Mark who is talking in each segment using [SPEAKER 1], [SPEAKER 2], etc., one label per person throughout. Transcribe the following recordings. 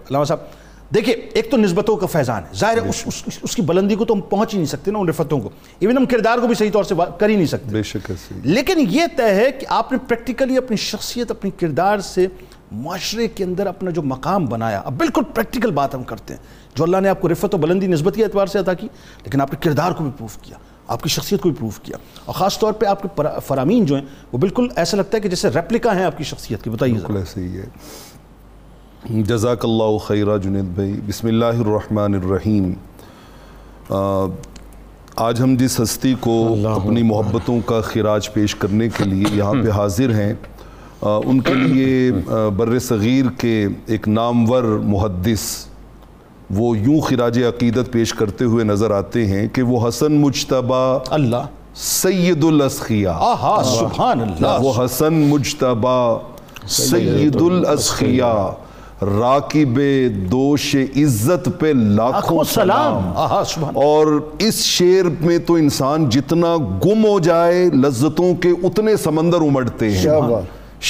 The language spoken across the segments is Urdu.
[SPEAKER 1] علامہ صاحب دیکھیے ایک تو نسبتوں کا فیضان ہے ظاہر ہے اس اس اس کی بلندی کو تو ہم پہنچ ہی نہیں سکتے نا ان رفتوں کو ایون ہم کردار کو بھی صحیح طور سے کر ہی نہیں سکتے
[SPEAKER 2] بے شک ایسی
[SPEAKER 1] لیکن یہ طے ہے کہ آپ نے پریکٹیکلی اپنی شخصیت اپنی کردار سے معاشرے کے اندر اپنا جو مقام بنایا اب بالکل پریکٹیکل بات ہم کرتے ہیں جو اللہ نے آپ کو رفت و بلندی نسبتی اعتبار سے عطا کی لیکن آپ نے کردار کو بھی پروف کیا آپ کی شخصیت کو بھی پروف کیا اور خاص طور پہ آپ کے پرا- فرامین جو ہیں وہ بالکل ایسا لگتا ہے کہ جیسے ریپلیکا ہیں آپ کی شخصیت کی بتائیے ذرا۔
[SPEAKER 2] بالکل ایسے ہی ہے جزاک اللہ خیرہ جنید بھائی بسم اللہ الرحمن الرحیم آ، آج ہم جس ہستی کو اپنی محبتوں کا خراج پیش کرنے کے لیے یہاں پہ حاضر ہیں آ، ان کے لیے آ، بر صغیر کے ایک نامور محدث وہ یوں خراج عقیدت پیش کرتے ہوئے نظر آتے ہیں کہ وہ حسن مجتبہ
[SPEAKER 1] اللہ
[SPEAKER 2] سید الاسخیہ
[SPEAKER 1] آہا سبحان اللہ
[SPEAKER 2] وہ حسن مجتبہ سید الاسخیاء راکب دوش عزت پہ
[SPEAKER 1] آنکھوں
[SPEAKER 2] لاکھوں سلام
[SPEAKER 1] سلام آہا سبحان
[SPEAKER 2] اور اس شعر میں تو انسان جتنا گم ہو جائے لذتوں کے اتنے سمندر امڑتے ہیں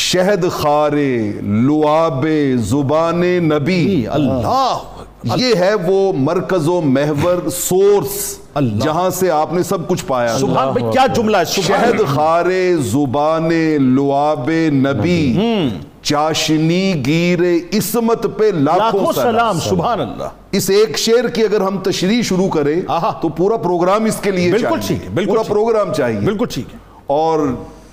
[SPEAKER 2] شہد خارے لعاب زبان نبی
[SPEAKER 1] جی، اللہ
[SPEAKER 2] یہ ہے وہ مرکز و محور سورس جہاں سے آپ نے سب کچھ پایا
[SPEAKER 1] سبحان بھائی کیا جملہ ہے سبحان
[SPEAKER 2] شہد خارے زبان لعاب نبی چاشنی گیر عصمت پہ
[SPEAKER 1] لاکھوں
[SPEAKER 2] لاکھوں
[SPEAKER 1] سلام
[SPEAKER 2] سلام
[SPEAKER 1] سبحان اللہ
[SPEAKER 2] اس ایک شعر کی اگر ہم تشریح شروع کریں تو پورا پروگرام اس کے لیے
[SPEAKER 1] بالکل ٹھیک ہے
[SPEAKER 2] چاہیے
[SPEAKER 1] بالکل
[SPEAKER 2] پورا پروگرام چاہیے
[SPEAKER 1] بالکل ٹھیک ہے
[SPEAKER 2] اور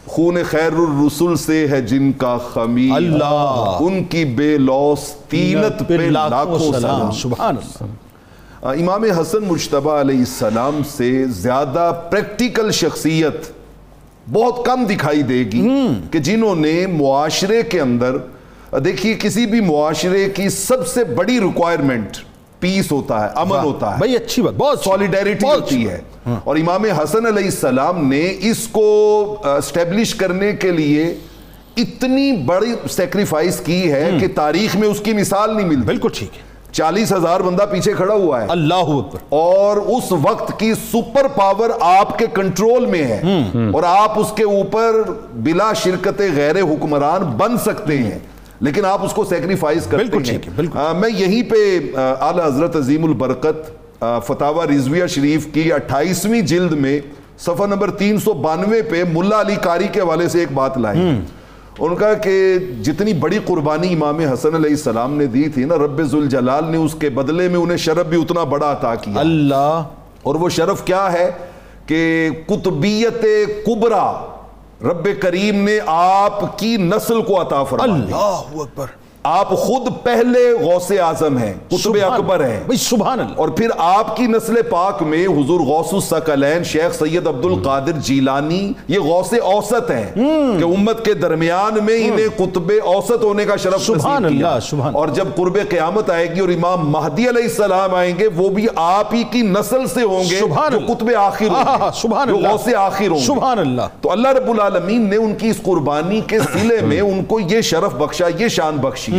[SPEAKER 2] خون خیر الرسل سے ہے جن کا خمیر
[SPEAKER 1] اللہ
[SPEAKER 2] ان کی بے لوس طینت پہ لاکھوں سلام
[SPEAKER 1] سبحان اللہ
[SPEAKER 2] امام حسن مشتبہ علیہ السلام سے زیادہ پریکٹیکل شخصیت بہت کم دکھائی دے گی کہ جنہوں نے معاشرے کے اندر دیکھیے کسی بھی معاشرے کی سب سے بڑی ریکوائرمنٹ پیس ہوتا ہے امن ہوتا ہے
[SPEAKER 1] بھائی اچھی بات بہت ہاں۔
[SPEAKER 2] سالیڈیریٹی ہوتی ہے اور امام حسن علیہ السلام نے اس کو اسٹیبلش کرنے کے لیے اتنی بڑی سیکریفائس کی ہے کہ تاریخ میں اس کی مثال نہیں ملتی
[SPEAKER 1] بالکل ٹھیک ہے
[SPEAKER 2] چالیس ہزار بندہ پیچھے کھڑا ہوا ہے
[SPEAKER 1] اللہ اکبر
[SPEAKER 2] اور اس وقت کی سپر پاور آپ کے کنٹرول میں ہے اور آپ اس کے اوپر بلا شرکت غیر حکمران بن سکتے ہیں لیکن آپ اس کو سیکریفائز کرتے
[SPEAKER 1] بالکل ٹھیک ہے،
[SPEAKER 2] ہیں
[SPEAKER 1] بالکل۔
[SPEAKER 2] آ، میں یہیں پہ آ، اعلی حضرت عظیم البرکت آ، فتاوہ رضویہ شریف کی اٹھائیسویں جلد میں صفحہ نمبر تین سو بانوے پہ ملا علی کاری کے حوالے سے ایک بات لائی ان کا کہ جتنی بڑی قربانی امام حسن علیہ السلام نے دی تھی نا رب ذوالجلال نے اس کے بدلے میں انہیں شرف بھی اتنا بڑا عطا کیا
[SPEAKER 1] اللہ
[SPEAKER 2] اور وہ شرف کیا ہے کہ قطبیت کبرا رب کریم نے آپ کی نسل کو عطا فرمائی
[SPEAKER 1] اللہ اکبر
[SPEAKER 2] آپ خود پہلے غوث اعظم ہیں قطب اکبر ہیں
[SPEAKER 1] بھائی سبحان اللہ
[SPEAKER 2] اور پھر آپ کی نسل پاک میں حضور غوث الثقلین شیخ سید عبد القادر جیلانی یہ غوث اوسط ہیں کہ امت کے درمیان میں انہیں قطب اوسط ہونے کا شرف نصیب
[SPEAKER 1] سبحان
[SPEAKER 2] کیا۔
[SPEAKER 1] اللہ، سبحان
[SPEAKER 2] اور جب قرب قیامت آئے گی اور امام مہدی علیہ السلام آئیں گے وہ بھی آپ ہی کی نسل سے ہوں گے
[SPEAKER 1] سبحان
[SPEAKER 2] جو
[SPEAKER 1] اللہ۔
[SPEAKER 2] قطب آخر ہوں
[SPEAKER 1] آہا
[SPEAKER 2] گے،
[SPEAKER 1] سبحان
[SPEAKER 2] جو
[SPEAKER 1] اللہ
[SPEAKER 2] غوث آخر ہوں گے۔
[SPEAKER 1] سبحان اللہ
[SPEAKER 2] تو اللہ رب العالمین نے ان کی اس قربانی کے سلے میں ان کو یہ شرف بخشا یہ شان بخشی